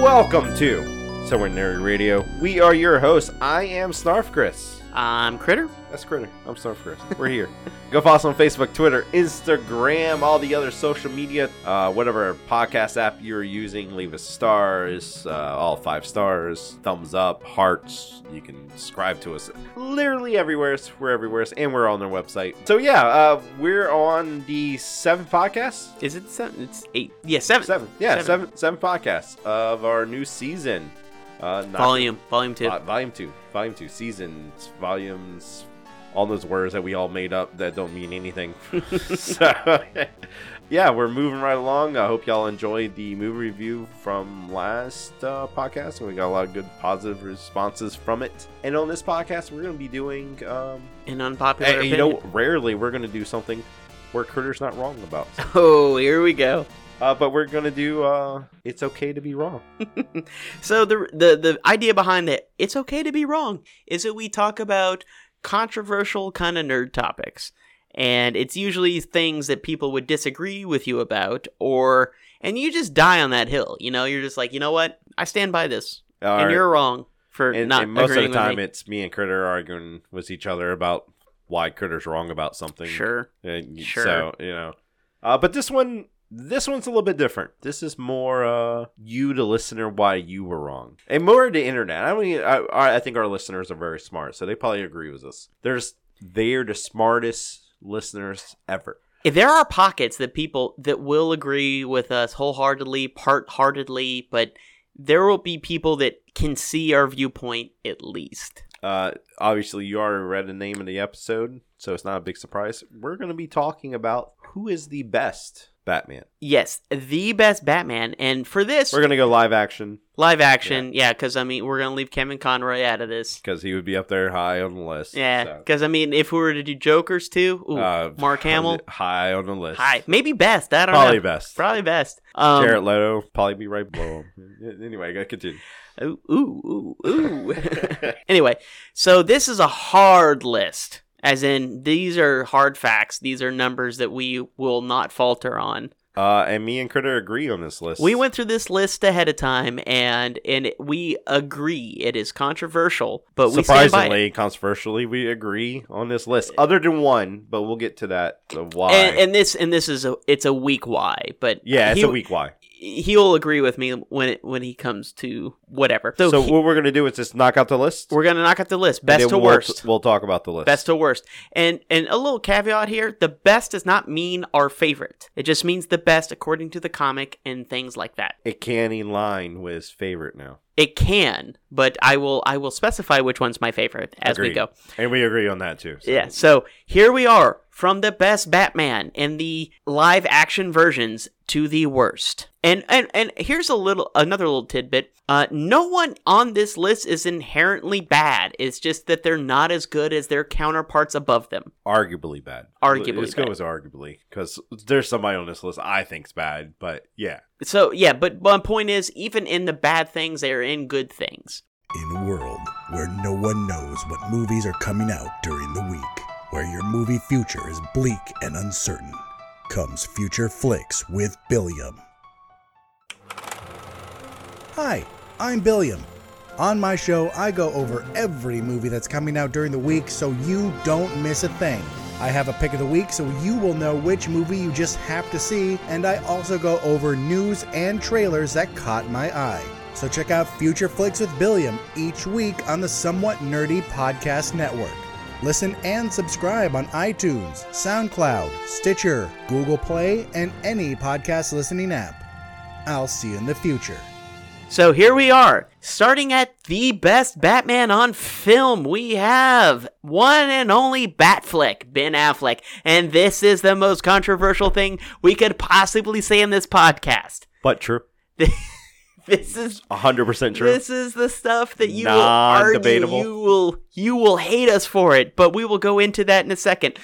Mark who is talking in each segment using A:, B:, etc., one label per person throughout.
A: Welcome to Somewhere Nary Radio. We are your hosts. I am Snarf Chris.
B: I'm Critter.
A: That's Critter. I'm Snarf Chris. We're here. Go follow us on Facebook, Twitter, Instagram, all the other social media, uh, whatever podcast app you're using. Leave us stars, uh, all five stars, thumbs up, hearts. You can subscribe to us literally everywhere. We're everywhere, and we're on their website. So yeah, uh, we're on the seven podcasts.
B: Is it seven? It's eight. Yeah, seven.
A: Seven. Yeah,
B: Seven.
A: seven. Seven podcasts of our new season. Uh, not-
B: Volume. Volume two.
A: Vol- volume two. Volume two. Seasons. Volumes. All those words that we all made up that don't mean anything. so, yeah, we're moving right along. I hope y'all enjoyed the movie review from last uh, podcast. We got a lot of good positive responses from it. And on this podcast, we're going to be doing, um,
B: An unpopular
A: and, you
B: opinion.
A: know, rarely we're going to do something where Critter's not wrong about.
B: Oh, here we go.
A: Uh, but we're going to do uh, It's Okay to Be Wrong.
B: So the the the idea behind it, it's okay to be wrong, is that we talk about controversial kind of nerd topics, and it's usually things that people would disagree with you about, or and you just die on that hill. You know, you're just like, you know what, I stand by this,
A: All
B: and
A: right.
B: you're wrong for
A: and,
B: not
A: and most
B: agreeing
A: of the time
B: with
A: it's me and critter arguing with each other about why critter's wrong about
B: me.
A: something
B: Sure,
A: And y-
B: Sure.
A: so you know uh, but this one this one's a little bit different this is more uh, you the listener why you were wrong and more the internet i mean I- I, I think our listeners are very smart so they probably agree with us there's they're the smartest listeners ever
B: If there are pockets that people that will agree with us wholeheartedly, part-heartedly, but there will be people that can see our viewpoint at least.
A: Uh, obviously, you already read the name of the episode, so it's not a big surprise. We're going to be talking about who is the best Batman.
B: Yes, the best Batman, and for this
A: We're going to go live action
B: live action, yeah, because I mean we're gonna leave Kevin Conroy out of this.
A: because he would be up there high on the list.
B: Yeah,
A: so.
B: because I mean if we were to do Joker's too, ooh,
A: Uh,
B: Mark Hamill,
A: high on the list.
B: hi, maybe best. I don't
A: probably
B: know,
A: best.
B: probably best. Um,
A: Jared Leto probably be right below him. anyway, I continue.
B: Ooh, ooh, ooh, ooh. anyway, so this is a hard list, as in these are hard facts. These are numbers that we will not falter on.
A: Uh, and me and Critter agree on this list.
B: We went through this list ahead of time, and and it- we agree it is controversial, but we stand by it.
A: surprisingly, controversially, we agree on this list, other than one, but we'll get to that. The why?
B: And, and this and this is a it's a weak why, but
A: yeah, it's
B: he,
A: a weak why.
B: He'll agree with me when it, when he comes to whatever. So,
A: So,
B: he-
A: what we're gonna do is just knock out the list.
B: we're gonna knock out the list,
A: and
B: best to
A: then we'll-
B: worst.
A: We'll talk about the list.
B: best to worst and and a little caveat here the best does not mean our favorite it just means the best according to the comic and things like that
A: it can in line with his favorite now,
B: it can but i will i will specify which one's my favorite as we
A: Agreed.
B: go
A: and we agree on that too. so.
B: yeah so here we are from the best batman in the live action versions to the worst and and and here's a little another little tidbit uh no one on this list is inherently bad it's just that they're not as good as their counterparts above them
A: arguably bad.
B: Arguably
A: let's go
B: bad.
A: with arguably because there's somebody on this list I think's bad, but yeah,
B: So yeah, but my point is, even in the bad things, they are in good things.
C: In a world where no one knows what movies are coming out during the week, where your movie future is bleak and uncertain, comes Future Flicks with Billiam. Hi, I'm Billiam. On my show, I go over every movie that's coming out during the week so you don't miss a thing. I have a pick of the week so you will know which movie you just have to see, and I also go over news and trailers that caught my eye. So check out Future Flicks with Billiam each week on the Somewhat Nerdy Podcast Network. Listen and subscribe on iTunes, SoundCloud, Stitcher, Google Play, and any podcast listening app. I'll see you in the future.
B: So here we are, starting at the best Batman on film. We have one and only Batfleck, Ben Affleck, and this is the most controversial thing we could possibly say in this podcast.
A: but true,
B: This is
A: hundred percent true.
B: This is the stuff that you will argue.
A: Non-debatable.
B: You will you will hate us for it, but we will go into that in a second.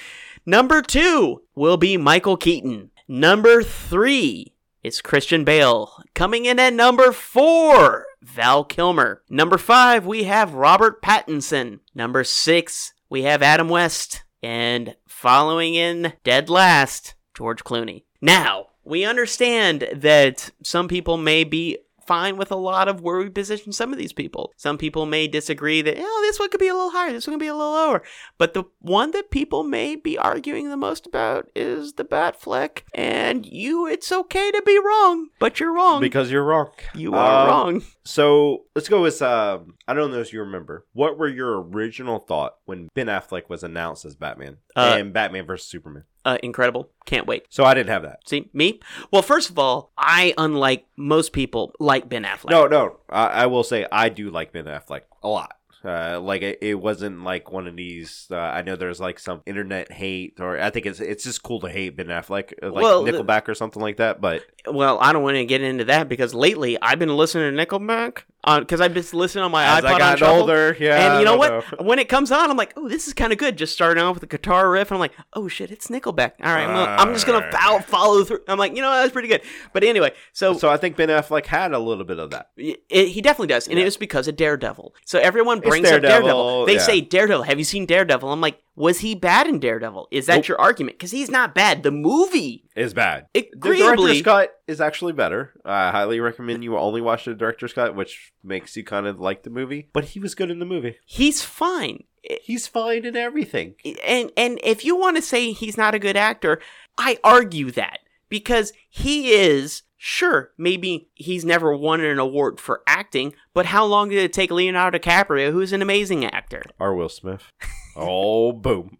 B: Number two will be Michael Keaton. Number three is Christian Bale. Coming in at number four, Val Kilmer. Number five, we have Robert Pattinson. Number six, we have Adam West. And following in dead last, George Clooney. Now, we understand that some people may be fine with a lot of where we position some of these people. Some people may disagree that, oh, this one could be a little higher, this one could be a little lower. But the one that people may be arguing the most about is the Batfleck. And you, it's okay to be wrong, but you're wrong.
A: Because you're wrong.
B: you are
A: Um,
B: wrong.
A: So let's go with um, I don't know if you remember. What were your original thought when Ben Affleck was announced as Batman
B: Uh,
A: and Batman versus Superman?
B: Uh, incredible. Can't wait.
A: So I didn't have that.
B: See, me? Well, first of all, I, unlike most people, like Ben Affleck.
A: No, no. I, I will say I do like Ben Affleck a lot. Uh, like it, it wasn't like one of these. Uh, I know there's like some internet hate, or I think it's it's just cool to hate Ben Affleck, uh, like
B: Well, the-
A: Nickelback or something like that. But
B: Well, I don't want to get into that because lately I've been listening to Nickelback because I've been listening on my
A: as
B: iPod
A: I
B: on
A: got
B: shuffle.
A: older, yeah.
B: and
A: I
B: you know
A: don't
B: what? When it comes on, I'm like, oh, this is kind of good. Just starting off with a guitar riff, and I'm like, oh shit, it's Nickelback. All right, I'm, gonna, I'm just gonna foul, follow through. I'm like, you know, what? that's pretty good. But anyway, so,
A: So I think Ben Affleck had a little bit of that.
B: y- it, he definitely does, and it
A: Yeah.
B: was because of Daredevil. So everyone
A: It's
B: brings up
A: Daredevil,
B: Daredevil. They
A: yeah.
B: say Daredevil. Have you seen Daredevil? I'm like, was he bad in Daredevil? Is that
A: Nope.
B: your argument? Because he's not bad. The movie,
A: Is bad. The
B: agreeably,
A: director's cut is actually better. I highly recommend you only watch the director's cut, which makes you kind of like the movie. But he was good in the movie.
B: he's fine. I-
A: He's fine in everything.
B: and and if you want to say he's not a good actor, I argue that because he is. Sure, maybe he's never won an award for acting, but how long did it take Leonardo DiCaprio, who's an amazing actor?
A: Or Will Smith. oh, boom.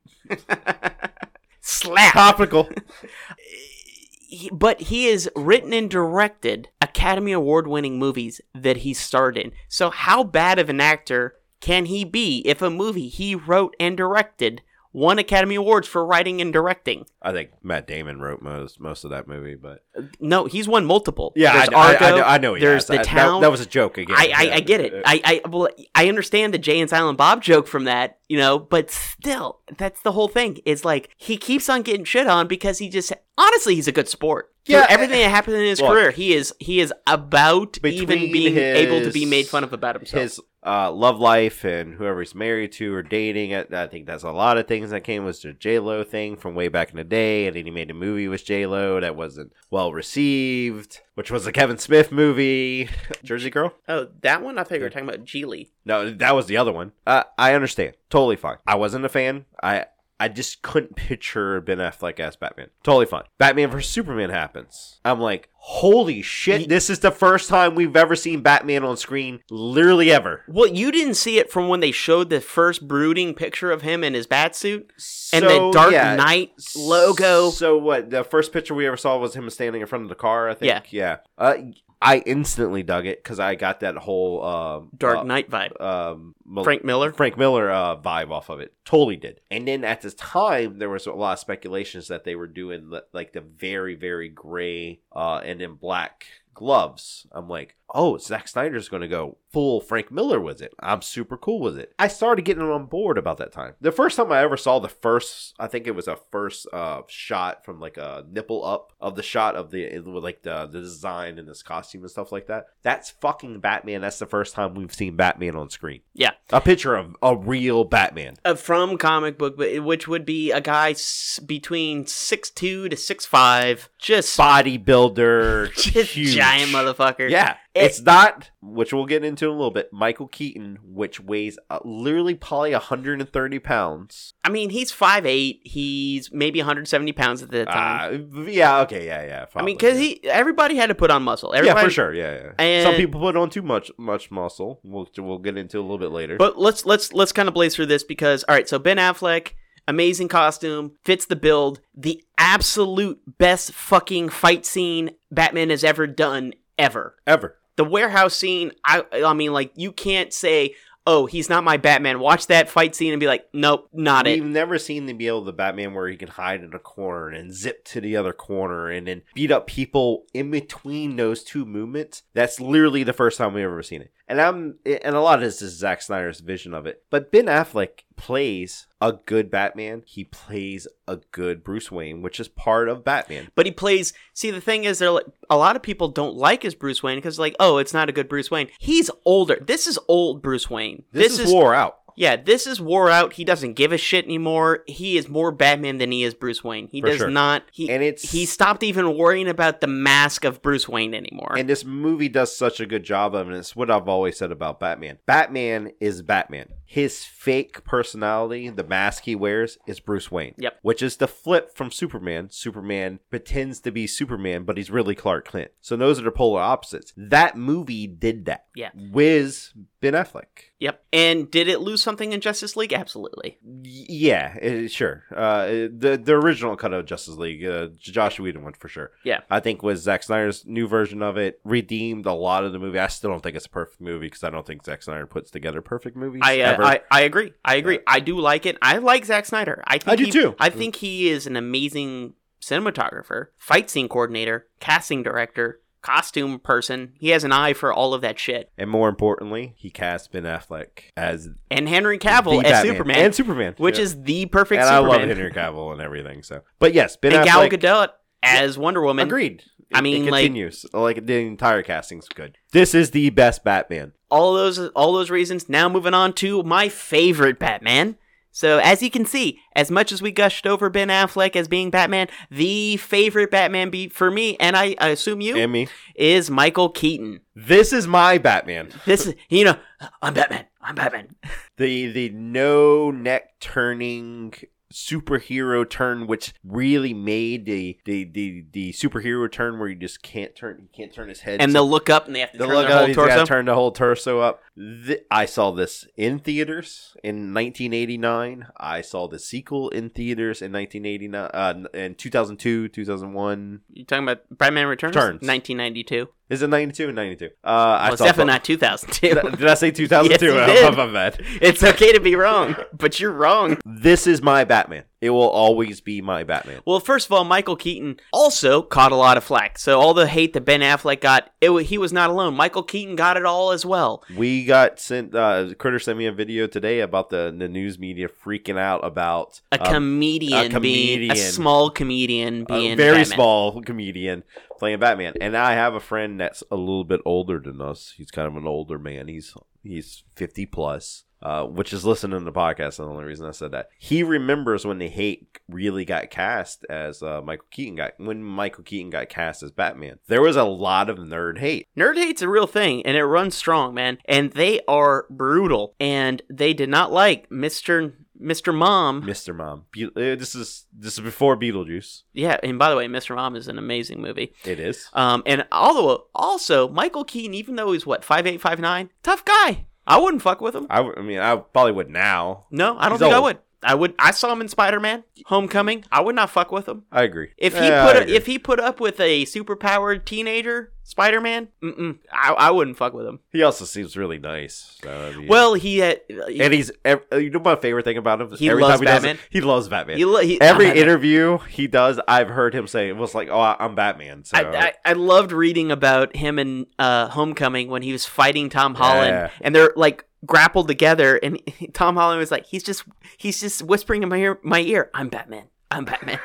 B: Slap.
A: Topical.
B: He- but he has written and directed Academy Award winning movies that he starred in. So, how bad of an actor can he be if a movie he wrote and directed won Academy Awards for writing and directing?
A: I think Matt Damon wrote most most of that movie, but
B: No, he's won multiple.
A: yeah,
B: There's
A: I, I- I,
B: Argo,
A: know- I know. He
B: there's
A: has.
B: the
A: I- that-
B: town.
A: That, was a joke again.
B: I, I, I
A: Yeah. Uh,
B: get it. I, I well, I understand the Jay and Silent Bob joke from that, you know, but still, that's the whole thing. Is like he keeps on getting shit on because he just honestly he's a good sport. Yeah,
A: Yeah, eh,
B: everything that happened in his
A: look.
B: career, he is he is about even
A: Between
B: being able to be
A: his-
B: made fun of about himself.
A: his uh, love life and whoever he's married to or dating. I, I think that's a lot of things that came was the J Lo thing from way back in the day, and then he made a movie with J Lo that wasn't well received, which was a Kevin Smith movie, Jersey Girl.
B: oh, that one I thought you were talking about Geely.
A: No, that was the other one. Uh, I understand, totally fine. I wasn't a fan. I. I just couldn't picture Ben Affleck as Batman. Totally fine. Batman vs Superman happens. I'm like, holy shit! This is the first time we've ever seen Batman on screen, literally ever.
B: Well, you didn't see it from when they showed the first brooding picture of him in his batsuit and
A: So,
B: the Dark
A: yeah.
B: Knight logo.
A: So what? The first picture we ever saw was him standing in front of the car. I think. Yeah. Uh, I instantly dug it because I got that whole um,
B: Dark
A: uh,
B: Knight vibe.
A: um, Mal-
B: Frank Miller.
A: Frank Miller uh, vibe off of it. Totally did. And then at the time, there was a lot of speculations that they were doing li- like the very, very gray uh, and then black gloves. I'm like, oh, Zack Snyder's going to go full Frank Miller with it. I'm super cool with it. I started getting on board about that time. The first time I ever saw the first, I think it was a first uh, shot from like a nipple up of the shot of the with like the, the design and this costume and stuff like that. That's fucking Batman. That's the first time we've seen Batman on screen
B: Yeah.
A: a picture of a real Batman.
B: uh, from comic book, but which would be a guy s- between six two to six five, just,
A: Bodybuilder,
B: just
A: huge.
B: giant motherfucker.
A: Yeah,
B: It-
A: it's not, which we'll get into in a little bit. Michael Keaton, which weighs uh, literally probably 130 pounds.
B: I mean he's five eight. He's maybe 170 pounds at the time.
A: Uh, yeah, okay, yeah, yeah.
B: I
A: probably,
B: mean, because
A: yeah.
B: he everybody had to put on muscle.
A: yeah,
B: Everybody,
A: for sure. Yeah, yeah.
B: And-
A: Some people put on too much much muscle. We'll we'll get into a little bit later.
B: But let's let's let's kind of blaze through this because all right, so Ben Affleck, amazing costume, fits the build, the absolute best fucking fight scene Batman has ever done ever.
A: Ever.
B: the warehouse scene i i mean like you can't say oh he's not my batman watch that fight scene and be like nope not
A: We've
B: it
A: never seen him be able to Batman where he can hide in a corner and zip to the other corner and then beat up people in between those two movements. That's literally the first time we've ever seen it. And I'm and a lot of this is Zack Snyder's vision of it. But Ben Affleck plays a good Batman. He plays a good Bruce Wayne, which is part of Batman.
B: But he plays. See, the thing is, they're like a lot of people don't like his Bruce Wayne because like, oh, it's not a good Bruce Wayne. He's older. This is old Bruce Wayne.
A: This, is, wore out.
B: Yeah, this is wore out. He doesn't give a shit anymore. He is more Batman than he is Bruce Wayne. He
A: For
B: does
A: sure.
B: not. He
A: And it's-
B: he stopped even worrying about the mask of Bruce Wayne anymore.
A: And this movie does such a good job of it. and It's what I've always said about Batman. Batman is Batman. His fake personality, the mask he wears, is Bruce Wayne.
B: Yep.
A: Which is the flip from Superman. Superman pretends to be Superman, but he's really Clark Kent. So those are the polar opposites. That movie did that.
B: Yeah.
A: With Ben Affleck.
B: yep. And did it lose something in Justice League? Absolutely.
A: Y- Yeah, eh, sure. Uh, eh, the the original cut of Justice League, uh, Josh Whedon one for sure.
B: Yeah.
A: I think was Zack Snyder's new version of it redeemed a lot of the movie. I still don't think it's a perfect movie because I don't think Zack Snyder puts together perfect movies.
B: I, uh,
A: ever.
B: I I agree. I agree. I do like it. I like Zack Snyder. I think
A: I do
B: he-
A: too.
B: I think he is an amazing cinematographer, fight scene coordinator, casting director, costume person. He has an eye for all of that shit.
A: and more importantly, he cast Ben Affleck as
B: And Henry Cavill
A: the
B: as
A: Batman.
B: Superman,
A: and Superman,
B: which
A: Yeah.
B: is the perfect
A: and
B: Superman.
A: I love Henry Cavill and everything. So, but yes, Ben
B: and Gal
A: Affleck.
B: Gadot as Wonder Woman.
A: Agreed.
B: I
A: It-
B: mean,
A: it
B: like-
A: continues. Like, the entire casting's good. This is the best Batman.
B: all those all those reasons. Now moving on to my favorite Batman. So as you can see, as much as we gushed over Ben Affleck as being Batman, the favorite Batman be for me, and I, I assume you,
A: And me.
B: is Michael Keaton.
A: This is my Batman.
B: This is you know, I'm Batman. I'm Batman.
A: the the no neck turning superhero turn which really made the the the, the superhero turn where you just can't turn he can't turn his head
B: And they'll look up and they have to
A: the
B: turn
A: look
B: their
A: up,
B: whole
A: he's gotta
B: torso.
A: turn the whole torso up. Th- I saw this in theaters in 1989. I saw the sequel in theaters in 1989, uh, in 2002, 2001.
B: you talking about Batman Returns?
A: Turns.
B: 1992.
A: Is it 92 and 92? Uh, I
B: Well, it's
A: saw
B: definitely not 2002.
A: Did I say 2002?
B: Yes, you did.
A: My bad.
B: it's okay to be wrong, but you're wrong.
A: This is my Batman. It will always be my Batman.
B: Well, first of all, Michael Keaton also caught a lot of flack. So all the hate that Ben Affleck got, it wa- he was not alone. Michael Keaton got it all as well.
A: We got sent. Uh, Critter sent me a video today about the the news media freaking out about
B: A
A: um,
B: comedian,
A: a
B: being a
A: comedian.
B: small comedian
A: a
B: being
A: very
B: Batman.
A: small comedian playing Batman. And I have a friend that's a little bit older than us. He's kind of an older man. He's he's fifty plus. Uh, which is listening to the podcast. And the only reason I said that he remembers when the hate really got cast as uh, Michael Keaton got when Michael Keaton got cast as Batman. There was a lot of nerd hate.
B: Nerd hate's a real thing, and it runs strong, man. And they are brutal, and they did not like Mister Mister Mom.
A: Mister Mom, Be- uh, this is this is before Beetlejuice.
B: Yeah, and by the way, Mister Mom is an amazing movie.
A: It is.
B: Um, and although also Michael Keaton, even though he's what five eight five nine, tough guy. I wouldn't fuck with him.
A: I, w- I mean, I probably would now.
B: No, I don't
A: He's
B: think I
A: old.
B: would. I would. I saw him in Spider Man Homecoming. I would not fuck with him.
A: I agree.
B: If he
A: Yeah, I
B: put a,
A: agree.
B: if he put up with a superpowered teenager Spider Man, mm I, I wouldn't fuck with him.
A: he also seems really nice. so, I mean-
B: Well, he had he,
A: and he's ev- uh, you know my favorite thing about him.
B: He loves
A: does
B: Batman.
A: it- he loves Batman.
B: he lo- he-
A: Every
B: I-
A: interview he does, I've heard him say it was like, "Oh, I- I'm Batman." So
B: I, I, I loved reading about him in uh, Homecoming when he was fighting Tom Holland,
A: Yeah.
B: and they're like grappled together, and Tom Holland was like, he's just he's just whispering in my ear, my ear, I'm Batman, I'm Batman,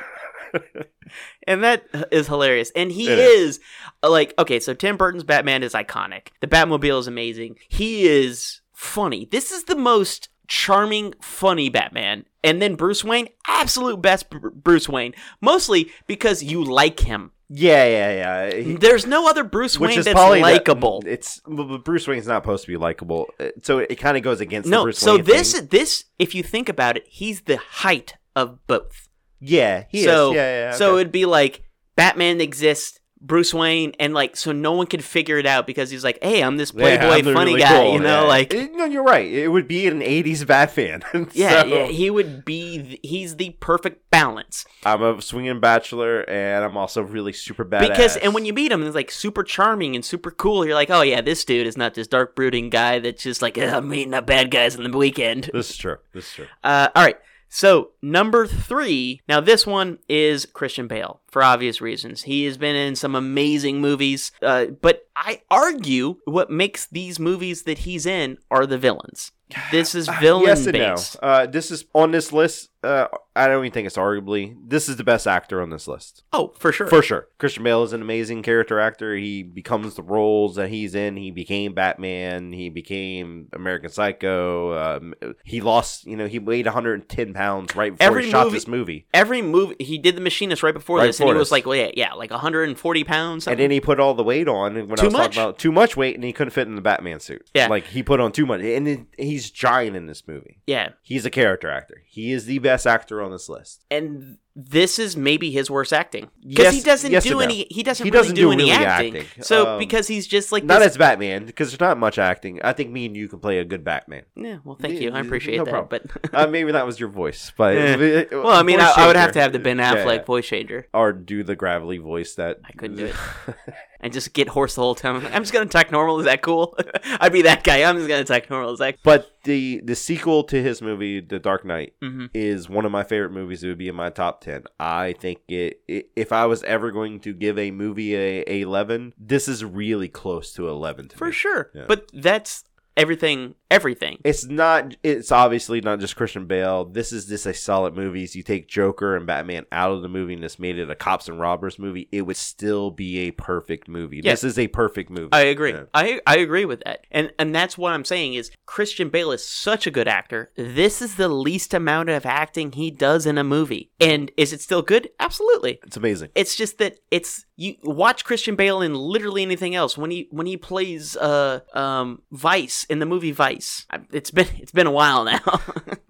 B: and that is hilarious. And he
A: It
B: is uh, like, okay, so Tim Burton's Batman is iconic. The Batmobile is amazing. He is funny. This is the most charming, funny Batman. And then Bruce Wayne, absolute best Br- Bruce Wayne, mostly because you like him.
A: yeah, yeah, yeah. He-
B: There's no other Bruce
A: which
B: Wayne
A: is
B: that's
A: probably the-
B: likable.
A: It's well, but Bruce Wayne's not supposed to be likable, uh, so it kind of goes against The
B: No,
A: Bruce
B: so
A: Wayne
B: this
A: thing.
B: this if you think about it, he's the height of both.
A: yeah, he
B: so
A: is. Yeah, yeah, yeah,
B: so
A: okay.
B: it'd be like Batman exists, Bruce Wayne, and like so no one could figure it out because he's like, hey, I'm this
A: Yeah,
B: playboy
A: I'm the
B: funny
A: really
B: guy,
A: cool,
B: you know,
A: yeah.
B: like.
A: It- no, you're right. It would be an '80s Batman.
B: yeah,
A: so.
B: yeah, he would be. th- He's the perfect balance
A: I'm a swinging bachelor, and I'm also really super badass.
B: because, and when you meet him, he's like super charming and super cool. You're like, oh yeah, this dude is not this dark brooding guy that's just like "Ugh, I'm meeting up bad guys on the weekend.
A: this is true, this is true.
B: Uh, all right. So, number three, now this one is Christian Bale for obvious reasons. He has been in some amazing movies, uh, but I argue what makes these movies that he's in are the villains. This is
A: Ah,
B: villain
A: yes and
B: based.
A: no. Uh, this is on this list. Uh, I don't even think it's arguably. This is the best actor on this list
B: Oh, for sure.
A: for sure. Christian Bale is an amazing character actor. He becomes the roles that he's in. He became Batman. He became American Psycho. Um, he lost. You know, he weighed 110 pounds right before
B: Every
A: he shot
B: movie-
A: this movie.
B: Every movie he did, The Machinist right before
A: Right
B: this, and
A: before
B: he was
A: this.
B: like, well, yeah, yeah, like 140 pounds.
A: And then he put all the weight on and when
B: Too
A: I was
B: much?
A: talking about too much weight, and he couldn't fit in the Batman suit.
B: Yeah.
A: like he put on too much, and then he's giant in this movie.
B: yeah,
A: He's a character actor. He is the best actor on this list.
B: and this is maybe his worst acting because
A: Yes-
B: he doesn't
A: yes and
B: do
A: no.
B: any. He doesn't
A: He
B: really
A: doesn't
B: do,
A: do
B: any
A: really
B: acting.
A: acting.
B: So
A: Um,
B: because he's just like
A: Not
B: this,
A: as Batman, because there's not much acting. I think me and you can play a good Batman.
B: yeah. eh, Well, thank
A: Yeah,
B: you. I
A: yeah,
B: appreciate
A: no
B: that.
A: problem.
B: But
A: Uh, maybe that was your voice, but
B: Eh. well, I mean, I,
A: voice
B: I would have
A: changer.
B: to have the Ben
A: Yeah,
B: Affleck
A: yeah.
B: voice changer
A: or do the gravelly voice that
B: I couldn't do it. and just get hoarse the whole time. I'm just gonna talk normal. Is that cool? I'd be that guy. I'm just gonna talk normal. Is that?
A: but the the sequel to his movie, The Dark Knight,
B: Mhm.
A: is one of my favorite movies. It would be in my top ten. I think it, i if I was ever going to give a movie a, a eleven, this is really close to eleven to
B: For
A: me.
B: sure.
A: Yeah.
B: But that's everything. Everything.
A: it's not it's obviously not just christian bale this is just a solid movie so you take joker and batman out of the movie and this made it a cops and robbers movie it would still be a perfect movie
B: Yeah.
A: this is a perfect movie
B: I agree.
A: Yeah.
B: I I agree with that. And and that's what I'm saying is Christian Bale is such a good actor. This is the least amount of acting he does in a movie. And is it still good? Absolutely.
A: it's amazing
B: It's just that it's you watch Christian Bale in literally anything else. When he when he plays uh um Vice in the movie Vice. I- It's been it's been a while now.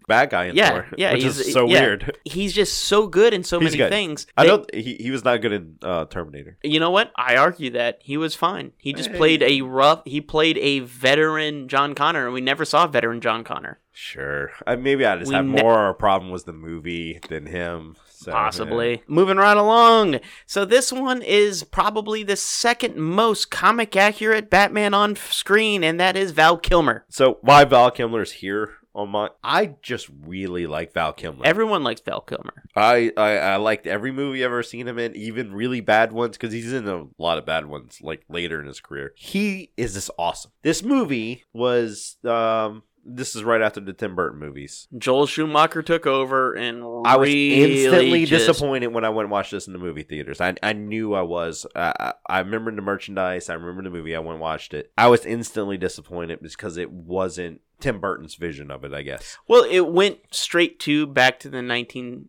A: bad guy in
B: yeah.
A: Thor,
B: Yeah,
A: which
B: he's
A: is so
B: yeah.
A: weird
B: He's just so good in so
A: He's
B: many
A: good.
B: things.
A: i
B: that-
A: don't he, he was not good in uh terminator
B: you know what? I argue that he was fine. He just
A: Hey.
B: played a rough. He played a veteran John Connor, and we never saw veteran John Connor.
A: sure I, maybe i just
B: We
A: have
B: ne-
A: more of a problem with the movie than him so, yeah.
B: Possibly moving right along. So this one is probably the second most comic accurate Batman on f- screen, and that is Val Kilmer.
A: so why val kilmer's here on my i just really like val kilmer
B: Everyone likes Val Kilmer.
A: I, I I liked every movie I've ever seen him in, even really bad ones, because he's in a lot of bad ones, like later in his career. He is just awesome. This movie was um this is right after the Tim Burton movies.
B: Joel Schumacher took over, and
A: I was
B: really
A: instantly
B: just-
A: disappointed when I went and watched this in the movie theaters. I, I knew I was. I, I, I remember the merchandise. I remember the movie. I went and watched it. I was instantly disappointed because it wasn't Tim Burton's vision of it, I guess.
B: Well, it went straight to back to the 1960s.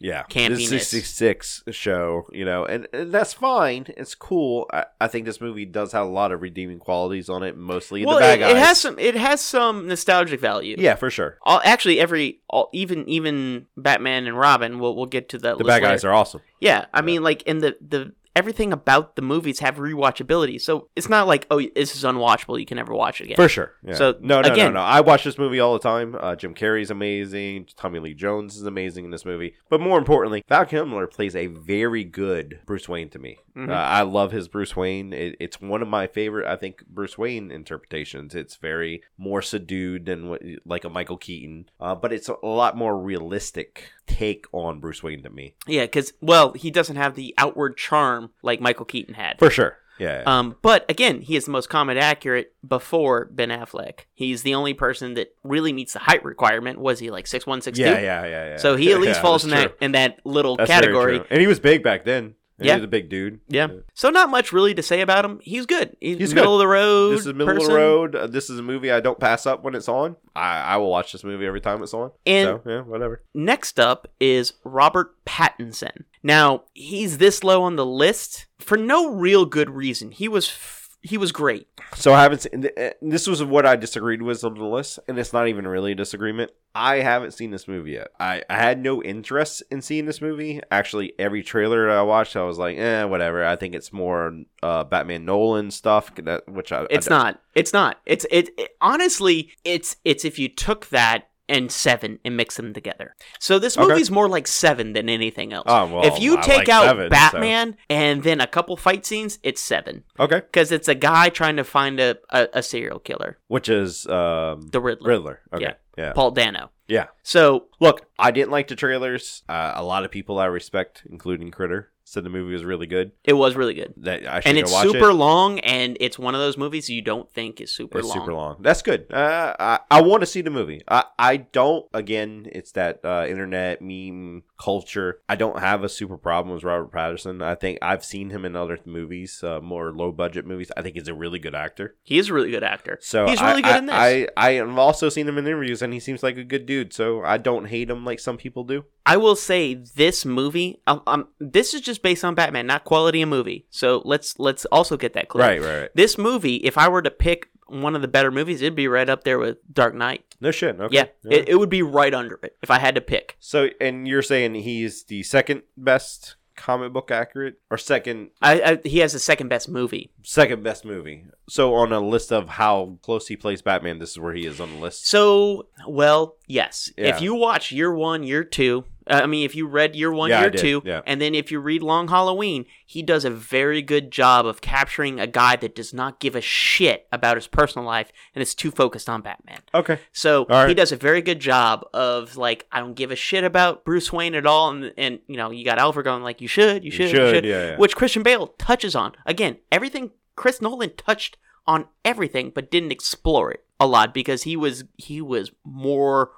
A: yeah
B: campiness.
A: the 66 show you know and, and that's fine it's cool I, I think this movie does have a lot of redeeming qualities on it mostly
B: well,
A: the bad
B: it,
A: guys
B: it has some. It has some nostalgic value.
A: yeah for sure
B: All, actually, every all, even even Batman and Robin. We'll we'll get to that.
A: the bad guys are awesome
B: Yeah, I mean, like in the the everything about the movies have rewatchability, so it's not like oh this is unwatchable, you can never watch it again.
A: for sure yeah.
B: So,
A: no no
B: again-
A: no no i watch this movie all the time uh, jim carrey's amazing tommy lee jones is amazing in this movie but more importantly val kilmer plays a very good bruce wayne to me
B: Mhm.
A: uh, i love his bruce wayne it, it's one of my favorite i think bruce wayne interpretations it's very more subdued than what like a michael keaton uh, but it's a lot more realistic take on bruce wayne to me
B: Yeah, because well, he doesn't have the outward charm like Michael Keaton had.
A: for sure yeah
B: um, but again, he is the most comic accurate before Ben Affleck. He's the only person that really meets the height requirement. Was he like six one six two?
A: yeah, yeah, yeah, yeah.
B: So he at least
A: Yeah,
B: falls in
A: that's
B: that
A: true.
B: in that little
A: That's very
B: category.
A: true. and he was big back then.
B: Yeah.
A: he was a big dude.
B: Yeah. So not much really to say about him. He's good. He's,
A: He's
B: middle
A: good.
B: of the road.
A: This is middle of
B: person.
A: the road. Uh, this is a movie I don't pass up when it's on. I, I will watch this movie every time it's on.
B: And
A: so yeah, whatever.
B: Next up is Robert Pattinson. Now, he's this low on the list for no real good reason. He was f- he was great.
A: So I haven't seen. th- uh, This was what I disagreed with on the list, and it's not even really a disagreement. I haven't seen this movie yet. I, I had no interest in seeing this movie. Actually, every trailer I watched, I was like, eh, whatever. I think it's more uh, Batman Nolan stuff, that, which I I
B: It's not. It's not. It's it, it honestly, it's it's if you took that and 7 and mix them together. So this
A: Okay.
B: movie's more like 7 than anything else.
A: Oh, well,
B: if you
A: I
B: take
A: like
B: out
A: seven, so-
B: Batman and then a couple fight scenes, it's 7
A: Okay,
B: because it's a guy trying to find a, a, a serial killer,
A: which is um,
B: the Riddler,
A: Riddler. Okay,
B: Yeah.
A: yeah,
B: Paul Dano.
A: yeah.
B: So, look,
A: I didn't like the trailers. Uh, a lot of people I respect, including Critter, said the movie was really good.
B: it was really good.
A: That I should
B: And
A: go
B: it's
A: watch it.
B: super long, and it's one of those movies you don't think is super
A: it's
B: long.
A: super long. That's good. Uh, I I want to see the movie. I I don't. Again, it's that uh, internet meme culture. I don't have a super problem with Robert Patterson. I think I've seen him in other movies, uh, more low budget movies. I think he's a really good actor.
B: He is a really good actor.
A: So
B: he's
A: I-
B: really good
A: I,
B: in this.
A: I I have also seen him in interviews, and he seems like a good dude. So I don't hate him like some people do.
B: I will say this movie. Um, um, this is just based on Batman, not quality of movie. So let's let's also get that clear.
A: right, right.
B: This movie, if I were to pick one of the better movies, it'd be right up there with Dark Knight.
A: No shit. Okay.
B: Yeah,
A: All right.
B: It, it would be right under it if I had to pick.
A: So, and you're saying he's the second best comic book accurate or second
B: I, I he has the second best movie.
A: second best movie. So, on a list of how close he plays Batman, this is where he is on the list.
B: So well, yes.
A: Yeah.
B: If you watch year one, year two, uh, I mean, if you read year one,
A: Yeah, I
B: year
A: did,
B: two,
A: yeah.
B: and then if you read Long Halloween, he does a very good job of capturing a guy that does not give a shit about his personal life and is too focused on Batman.
A: Okay.
B: So
A: All right.
B: he does a very good job of like I don't give a shit about Bruce Wayne at all, and and you know you got Alfred going like you should, you should, you should,
A: Yeah. yeah.
B: which Christian Bale touches on again. Everything Chris Nolan touched on everything, but didn't explore it a lot because he was he was more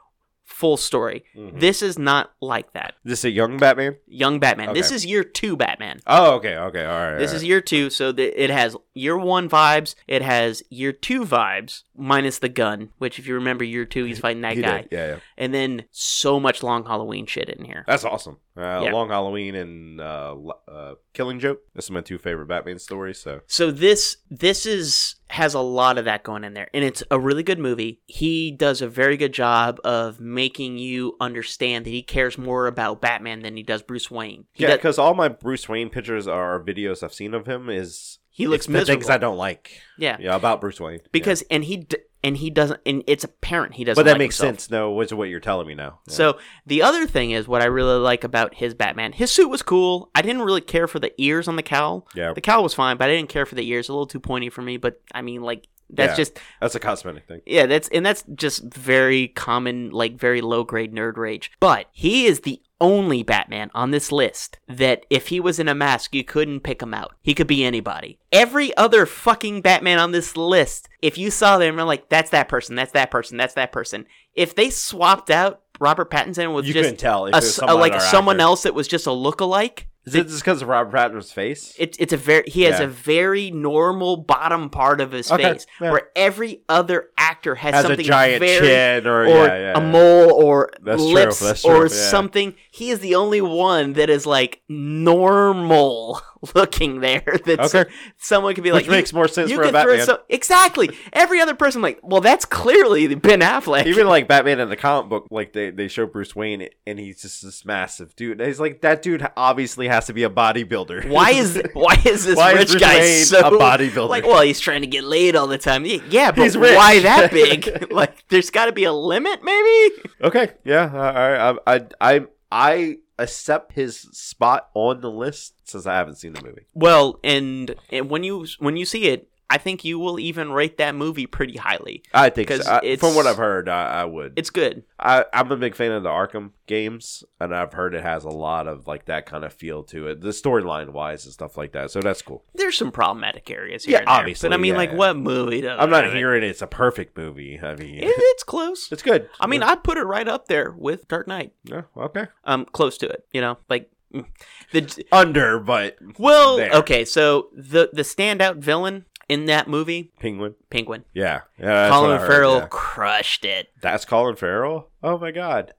B: full story.
A: Mhm.
B: This is not like that.
A: This is a young Batman.
B: Young Batman. This
A: Okay.
B: is year two Batman.
A: Oh, okay, okay, all right.
B: This
A: all
B: is
A: right.
B: year two, so th- it has year one vibes. It has year two vibes, minus the gun, which, if you remember, year two, he's fighting that
A: He did,
B: guy.
A: Yeah, yeah.
B: And then so much long Halloween shit in here.
A: That's awesome. Uh,
B: Yeah.
A: Long Halloween and uh, L- uh, Killing Joke. This is my two favorite Batman stories. So
B: So this this is has a lot of that going in there, and it's a really good movie. He does a very good job of making you understand that he cares more about Batman than he does Bruce Wayne. He
A: yeah,
B: does-
A: because all my Bruce Wayne pictures or videos I've seen of him is
B: He
A: it's
B: looks
A: the things
B: miserable.
A: I don't like.
B: yeah,
A: Yeah, about Bruce Wayne. Yeah.
B: because and he d- and he doesn't, and it's apparent he doesn't.
A: but that
B: like
A: makes
B: himself.
A: sense. No, which is what you're telling me now. Yeah.
B: So the other thing is what I really like about his Batman. His suit was cool. I didn't really care for the ears on the cowl.
A: yeah,
B: The cowl was fine, but I didn't care for the ears. A little too pointy for me. But I mean, like that's
A: Yeah.
B: just
A: that's a cosmetic thing.
B: yeah, that's and that's just very common, like very low grade nerd rage. But he is the only Batman on this list that if he was in a mask, you couldn't pick him out. He could be anybody. Every other fucking Batman on this list, if you saw them, you're like, that's that person, that's that person, that's that person. If they swapped out Robert Pattinson with
A: you
B: just
A: couldn't tell if
B: a
A: it
B: s-
A: was
B: a-
A: someone
B: like
A: or
B: someone
A: actor.
B: else that was just a lookalike.
A: Is it just because of Robert Pattinson's face?
B: It, it's a very he has
A: Yeah.
B: a very normal bottom part of his
A: Okay,
B: face
A: yeah.
B: where every other actor has,
A: Has a
B: something
A: giant
B: very
A: chin or,
B: or
A: yeah, yeah,
B: a
A: yeah.
B: mole or
A: That's true,
B: lips
A: that's
B: or
A: true, yeah.
B: something. He is the only one that is like normal looking there. That
A: Okay.
B: someone could be
A: Which
B: like
A: makes
B: you,
A: more sense
B: you
A: for a
B: could throw
A: Batman.
B: so- exactly. Every other person like, well, that's clearly Ben Affleck.
A: Even like Batman in the comic book, like they, they show Bruce Wayne and he's just this massive dude. And he's like, that dude obviously has to be a bodybuilder.
B: why is why is this
A: Why is
B: rich
A: Bruce
B: guy
A: Wayne
B: so
A: a bodybuilder?
B: Like, well, he's trying to get laid all the time. Yeah, yeah, but
A: He's rich.
B: why that big? like, there's got to be a limit, maybe.
A: Okay, yeah, all right. I, I I I accept his spot on the list since I haven't seen the movie.
B: Well, and, and when you when you see it, I think you will even rate that movie pretty highly.
A: I think
B: 'Cause
A: so. I-
B: it's-
A: from what I've heard, I, I would.
B: It's good.
A: I, I'm a big fan of the Arkham games, and I've heard it has a lot of like that kind of feel to it, the storyline wise and stuff like that. So that's cool.
B: There's some problematic areas here.
A: Yeah,
B: and there,
A: obviously,
B: But I mean,
A: yeah,
B: like,
A: yeah.
B: what movie does?
A: I'm not hearing it's a perfect movie. I mean,
B: it's close.
A: it's good.
B: I mean, I put it right up there with Dark Knight.
A: yeah, okay,
B: Um, close to it. You know, like mm. the
A: under, but
B: Well,
A: there.
B: okay, so the the standout villain in that movie,
A: Penguin.
B: Penguin.
A: Yeah, yeah that's what I
B: Colin
A: heard,
B: Farrell
A: yeah.
B: crushed it.
A: That's Colin Farrell. Oh my god,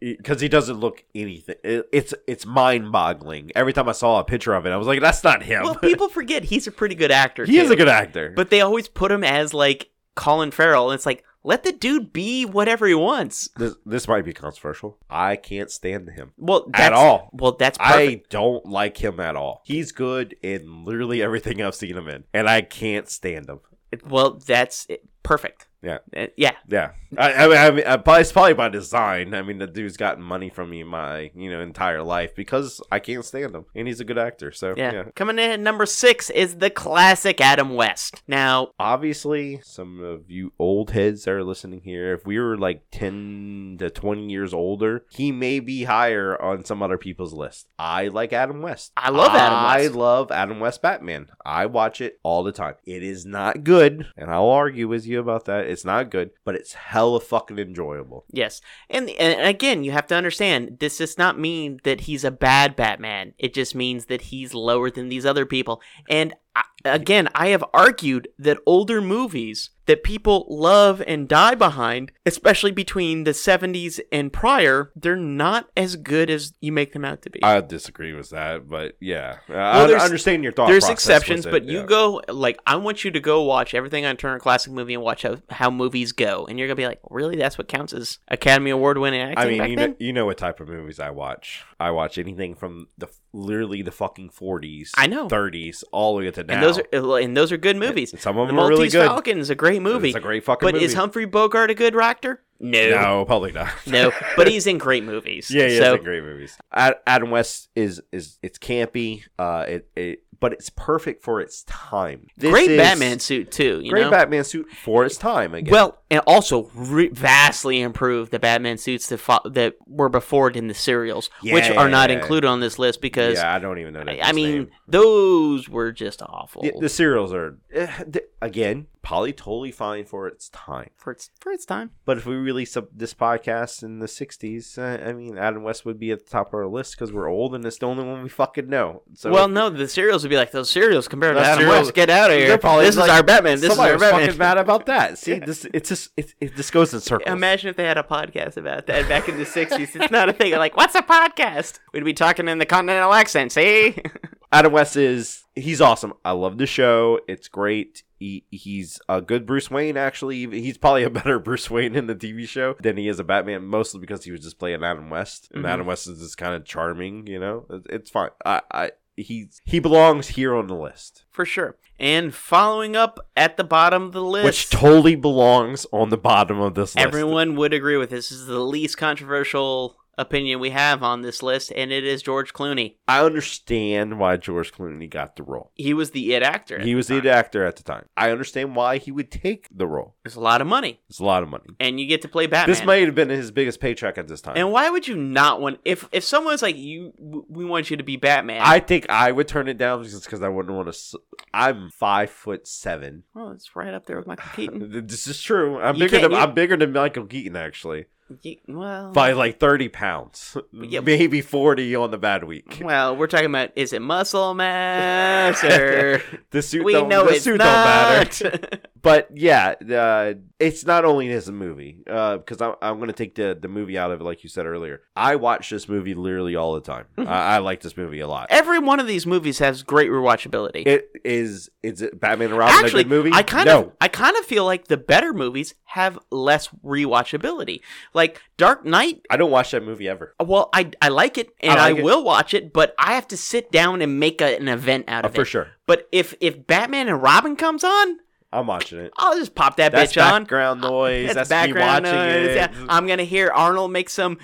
A: because he doesn't look anything. It- it's it's mind boggling. Every time I saw a picture of it, I was like, that's not him.
B: Well, people forget he's a pretty good actor.
A: he is
B: too.
A: a good actor,
B: but they always put him as like Colin Farrell, and it's like let the dude be whatever he wants.
A: this this might be controversial. I can't stand him.
B: Well,
A: At
B: that's,
A: all.
B: Well, that's perfect.
A: I don't like him at all. He's good in literally everything I've seen him in, and I can't stand him.
B: well, that's it- perfect.
A: Yeah.
B: Uh, yeah.
A: Yeah, I, I mean, I mean, uh, but it's probably by design. I mean, the dude's gotten money from me my you know entire life because I can't stand him, and he's a good actor. So
B: Yeah.
A: yeah,
B: Coming in at number six is the classic Adam West. Now,
A: obviously, some of you old heads that are listening here, if we were like ten to twenty years older, he may be higher on some other people's list. I like Adam West.
B: I love Adam West.
A: I love Adam West Batman. I watch it all the time. It is not good, and I'll argue with you about that. It's not good, but it's hella fucking enjoyable.
B: yes. And, and again, you have to understand this does not mean that he's a bad Batman. It just means that he's lower than these other people. And I, again, I have argued that older movies that people love and die behind, especially between the 70s and prior, they're not as good as you make them out to be.
A: I disagree with that, but yeah, Uh, I
B: there's-
A: understand your thought.
B: There's
A: process
B: exceptions,
A: with it,
B: but you
A: yeah.
B: go like I want you to go watch everything on Turner Classic Movie and watch how, how movies go, and you're gonna be like, really? That's what counts as Academy Award winning acting
A: I mean,
B: back
A: you
B: then?
A: know, you know what type of movies I watch. I watch anything from the literally the fucking forties,
B: I know.
A: thirties, all the way to now.
B: and those are uh, and those are good movies.
A: Some of
B: the
A: them are really
B: Maltese
A: good.
B: Falcon is a great movie.
A: It's a great fucking
B: but
A: movie.
B: is Humphrey Bogart a good actor? No.
A: no, probably not.
B: No, but he's in great movies.
A: yeah, yeah,
B: so,
A: it's a great movies. Ad- Adam West is is it's campy. Uh, it it but it's perfect for its time. This
B: great
A: is
B: Batman suit too. You
A: Great
B: know?
A: Batman suit for its time. Again,
B: Well, and also re- vastly improved the Batman suits that fo- that were before it in the serials, which are not
A: Yeah.
B: included on this list because
A: yeah, I don't even know. That
B: I, I mean, those were just awful.
A: The, the serials are eh, th- again probably totally fine for its time,
B: for its for its time.
A: but if we release a, this podcast in the '60s, uh, I mean, Adam West would be at the top of our list because we're old and it's the only one we fucking know. So
B: well, no, the serials would be like those serials compared to
A: Those
B: Adam
A: serials-
B: West. Get out of
A: they're
B: here!
A: probably
B: This
A: like,
B: is our Batman. This is
A: somebody
B: our
A: was
B: Batman.
A: fucking mad about that. See, this it's just it, it this goes in circles.
B: Imagine if they had a podcast about that back in the '60s. It's not a thing. Like, what's a podcast? We'd be talking in the continental accent. See,
A: Adam West is he's awesome. I love the show. It's great. He, he's a good Bruce Wayne. Actually, he's probably a better Bruce Wayne in the TV show than he is a Batman, mostly because he was just playing Adam West, and
B: Mhm.
A: Adam West is just kind of charming. You know, It- it's fine. I, I he's he belongs here on the list,
B: for sure. And following up at the bottom of the list,
A: which totally belongs on the bottom of this list.
B: everyone would agree with this is the least controversial opinion we have on this list, and it is George Clooney.
A: I understand why George Clooney got the role.
B: He was the it actor. at
A: He was the
B: time.
A: actor at the time. I understand why he would take the role.
B: There's a lot of money,
A: It's a lot of money.
B: and you get to play Batman.
A: This might have been his biggest paycheck at this time.
B: And why would you not want if if someone's like you, w- we want you to be Batman.
A: I think I would turn it down just because I wouldn't want to. I'm five foot seven.
B: well, it's right up there with Michael Keaton.
A: This is true. I'm
B: Mm. You
A: bigger
B: can't-
A: than
B: you-
A: I'm bigger than Michael Keaton actually
B: Ye- well,
A: by like thirty pounds,
B: Yeah.
A: maybe forty on the bad week.
B: well, we're talking about is it muscle mass or
A: The suit,
B: we
A: don't,
B: know
A: the
B: it's
A: suit
B: not.
A: don't matter. But yeah, uh, it's not only this movie because I'm, I'm going to take the the movie out of it, like you said earlier. I watch this movie literally all the time.
B: Mm-hmm.
A: I, I like this movie a lot.
B: Every one of these movies has great rewatchability.
A: It is is it Batman and Robin
B: Actually,
A: a good movie?
B: I kind
A: no.
B: of I kind of feel like the better movies have less rewatchability. Like Dark Knight
A: I don't watch that movie ever.
B: well, I, I like it and
A: I
B: I,
A: like it.
B: will watch it, but I have to sit down and make a, an event out
A: Uh,
B: of it.
A: for sure.
B: But if if Batman and Robin comes on,
A: I'm watching it.
B: I'll just pop that
A: That's
B: bitch on.
A: background noise. That's, me watching
B: noise,
A: it.
B: yeah. I'm gonna hear Arnold make some.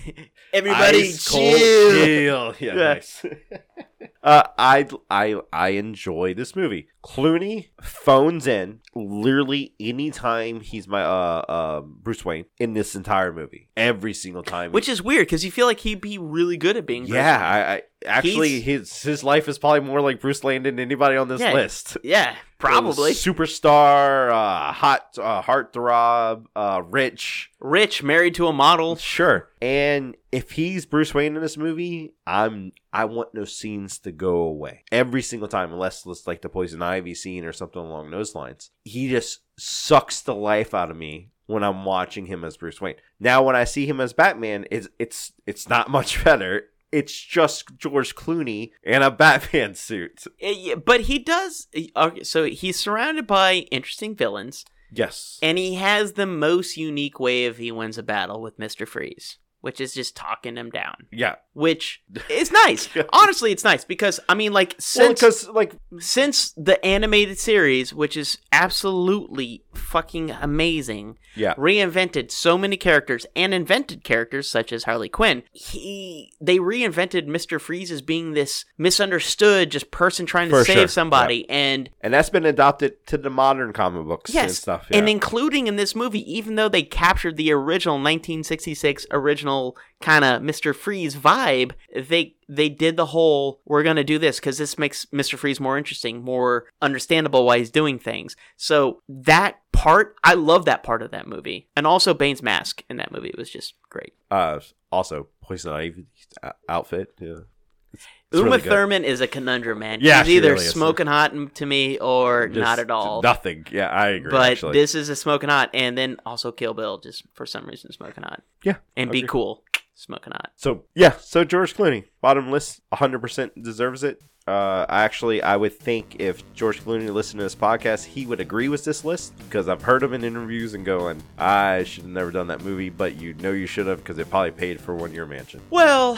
B: Everybody
A: Ice cold
B: chill.
A: chill. Yeah,
B: Yeah.
A: nice. uh, I I I enjoy this movie. Clooney phones in literally anytime he's my uh, uh Bruce Wayne in this entire movie. Every single time.
B: Which is weird because you feel like he'd be really good at being. Bruce
A: yeah,
B: Wayne.
A: I, I actually his his life is probably more like Bruce Wayne than anybody on this
B: Yeah.
A: list.
B: yeah, probably.
A: superstar, uh, hot uh, heartthrob, uh, rich.
B: Rich, married to a model.
A: Sure. And if he's Bruce Wayne in this movie, I'm I want those scenes to go away every single time, unless it's like the poison ivy scene or something along those lines. He just sucks the life out of me when I'm watching him as Bruce Wayne. Now, when I see him as Batman, it's it's it's not much better. It's just George Clooney in a Batman suit.
B: Eh, yeah, But he does. eh, Okay, so he's surrounded by interesting villains,
A: Yes.
B: and he has the most unique way if he wins a battle with Mister Freeze, which is just talking him down.
A: yeah.
B: Which is nice. Honestly, it's nice because I mean, like since
A: Because like
B: since the animated series, which is absolutely fucking amazing.
A: Yeah.
B: Reinvented so many characters and invented characters such as Harley Quinn. He they reinvented Mr. Freeze as being this misunderstood just person trying to
A: For
B: save
A: sure.
B: somebody and
A: And that's been adopted to the modern comic books and
B: yes
A: stuff.
B: and
A: yeah.
B: including in this movie even though they captured the original 1966 original kind of Mr. Freeze vibe, they they did the whole we're going to do this cuz this makes Mr. Freeze more interesting, more understandable why he's doing things. So that part, I love that part of that movie. And also Bane's mask in that movie was just great.
A: uh, also, Poison Ivy's o- uh, outfit. Yeah. It's- it's
B: Uma
A: really good.
B: Thurman is a conundrum, man.
A: Yeah,
B: She's
A: she
B: either
A: really is.
B: smoking hot m- to me or
A: Just
B: not at all.
A: Nothing. Yeah, I agree.
B: but
A: actually.
B: this is a smoking hot, and then also Kill Bill, just for some reason smoking hot,
A: Yeah.
B: and be
A: agree.
B: cool, smoking hot.
A: So yeah, so George Clooney, bottom list, 100% deserves it. Uh, I actually, I would think if George Clooney listened to this podcast, he would agree with this list because I've heard him in interviews and going, "I should have never done that movie," but you know you should have because it probably paid for one year mansion.
B: Well,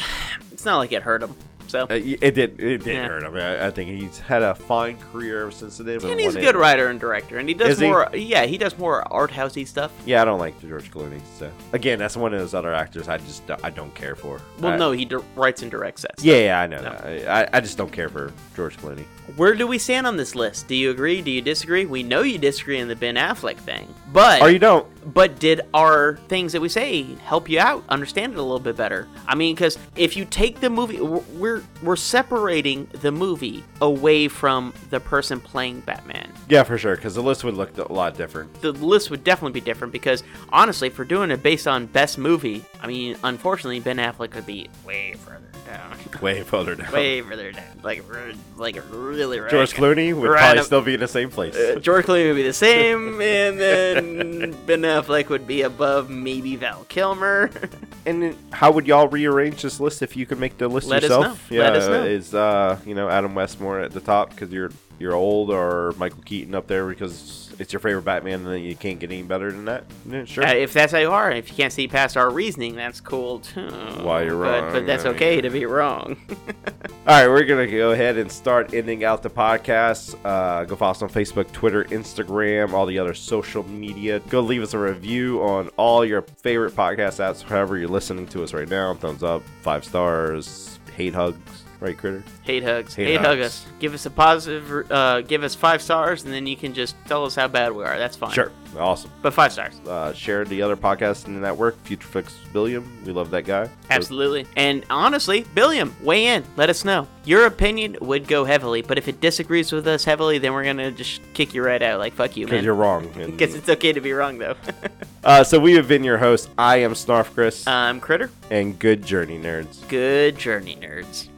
B: it's not like it hurt him. So,
A: Uh, y- it did, it did
B: Yeah.
A: hurt him. I, I think he's had a fine career ever since then.
B: and he's a good writer and director, and he does
A: Is he?
B: more. Yeah, he does more art housey stuff.
A: Yeah, I don't like George Clooney. So again, that's one of those other actors I just don't- I don't care for.
B: Well,
A: I-
B: no, he di- writes and directs that. Stuff.
A: Yeah, yeah, I know.
B: No.
A: that. I, I- I just don't care for George Clooney.
B: Where do we stand on this list? Do you agree? Do you disagree? We know you disagree in the Ben Affleck thing, but
A: Or you don't.
B: but did our things that we say help you out understand it a little bit better i mean because if you take the movie we're we're separating the movie away from the person playing batman
A: Yeah, for sure, because the list would look a lot different.
B: the list would definitely be different because honestly if we're doing it based on best movie i mean unfortunately ben affleck would be way further down
A: Way further down.
B: way further down like re- like really right
A: George Clooney would
B: Right
A: probably
B: up-
A: still be in the same place.
B: Uh, George Clooney would be the same, and then Ben Affleck would be above maybe Val Kilmer.
A: and then how would y'all rearrange this list if you could make the list
B: Let us
A: yourself?
B: know. Let us know.
A: Is uh, you know Adam Westmore at the top because you're you're old, or Michael Keaton up there because it's your favorite Batman, and you can't get any better than that? Yeah, sure.
B: Uh, if that's how you are, if you can't see past our reasoning, that's cool too.
A: Why you're
B: but,
A: wrong,
B: But that's
A: I mean-
B: okay to be wrong.
A: All right, we're gonna go ahead and start ending out the podcast. Uh, go follow us on Facebook, Twitter, Instagram, all the other social media. Go leave us a review on all your favorite podcast apps, however you're listening to us right now. Thumbs up, five stars, hate hugs, right, critter?
B: hate hugs. Hate,
A: Hate
B: hug
A: hugs.
B: us. Give us a positive. Uh, give us five stars, and then you can just tell us how bad we are. That's fine.
A: Sure, awesome.
B: But five stars.
A: Uh, share the other podcasts in the network. Future Fix William, we love that guy.
B: Absolutely. And honestly, Billiam, weigh in. Let us know. Your opinion would go heavily, but if it disagrees with us heavily, then we're going to just kick you right out. Like, fuck you,
A: Because
B: man.
A: you're wrong. and-
B: Because it's okay to be wrong, though.
A: uh, so we have been your hosts. I am Snarf Chris,
B: um, Critter,
A: and good journey, nerds.
B: good journey, nerds.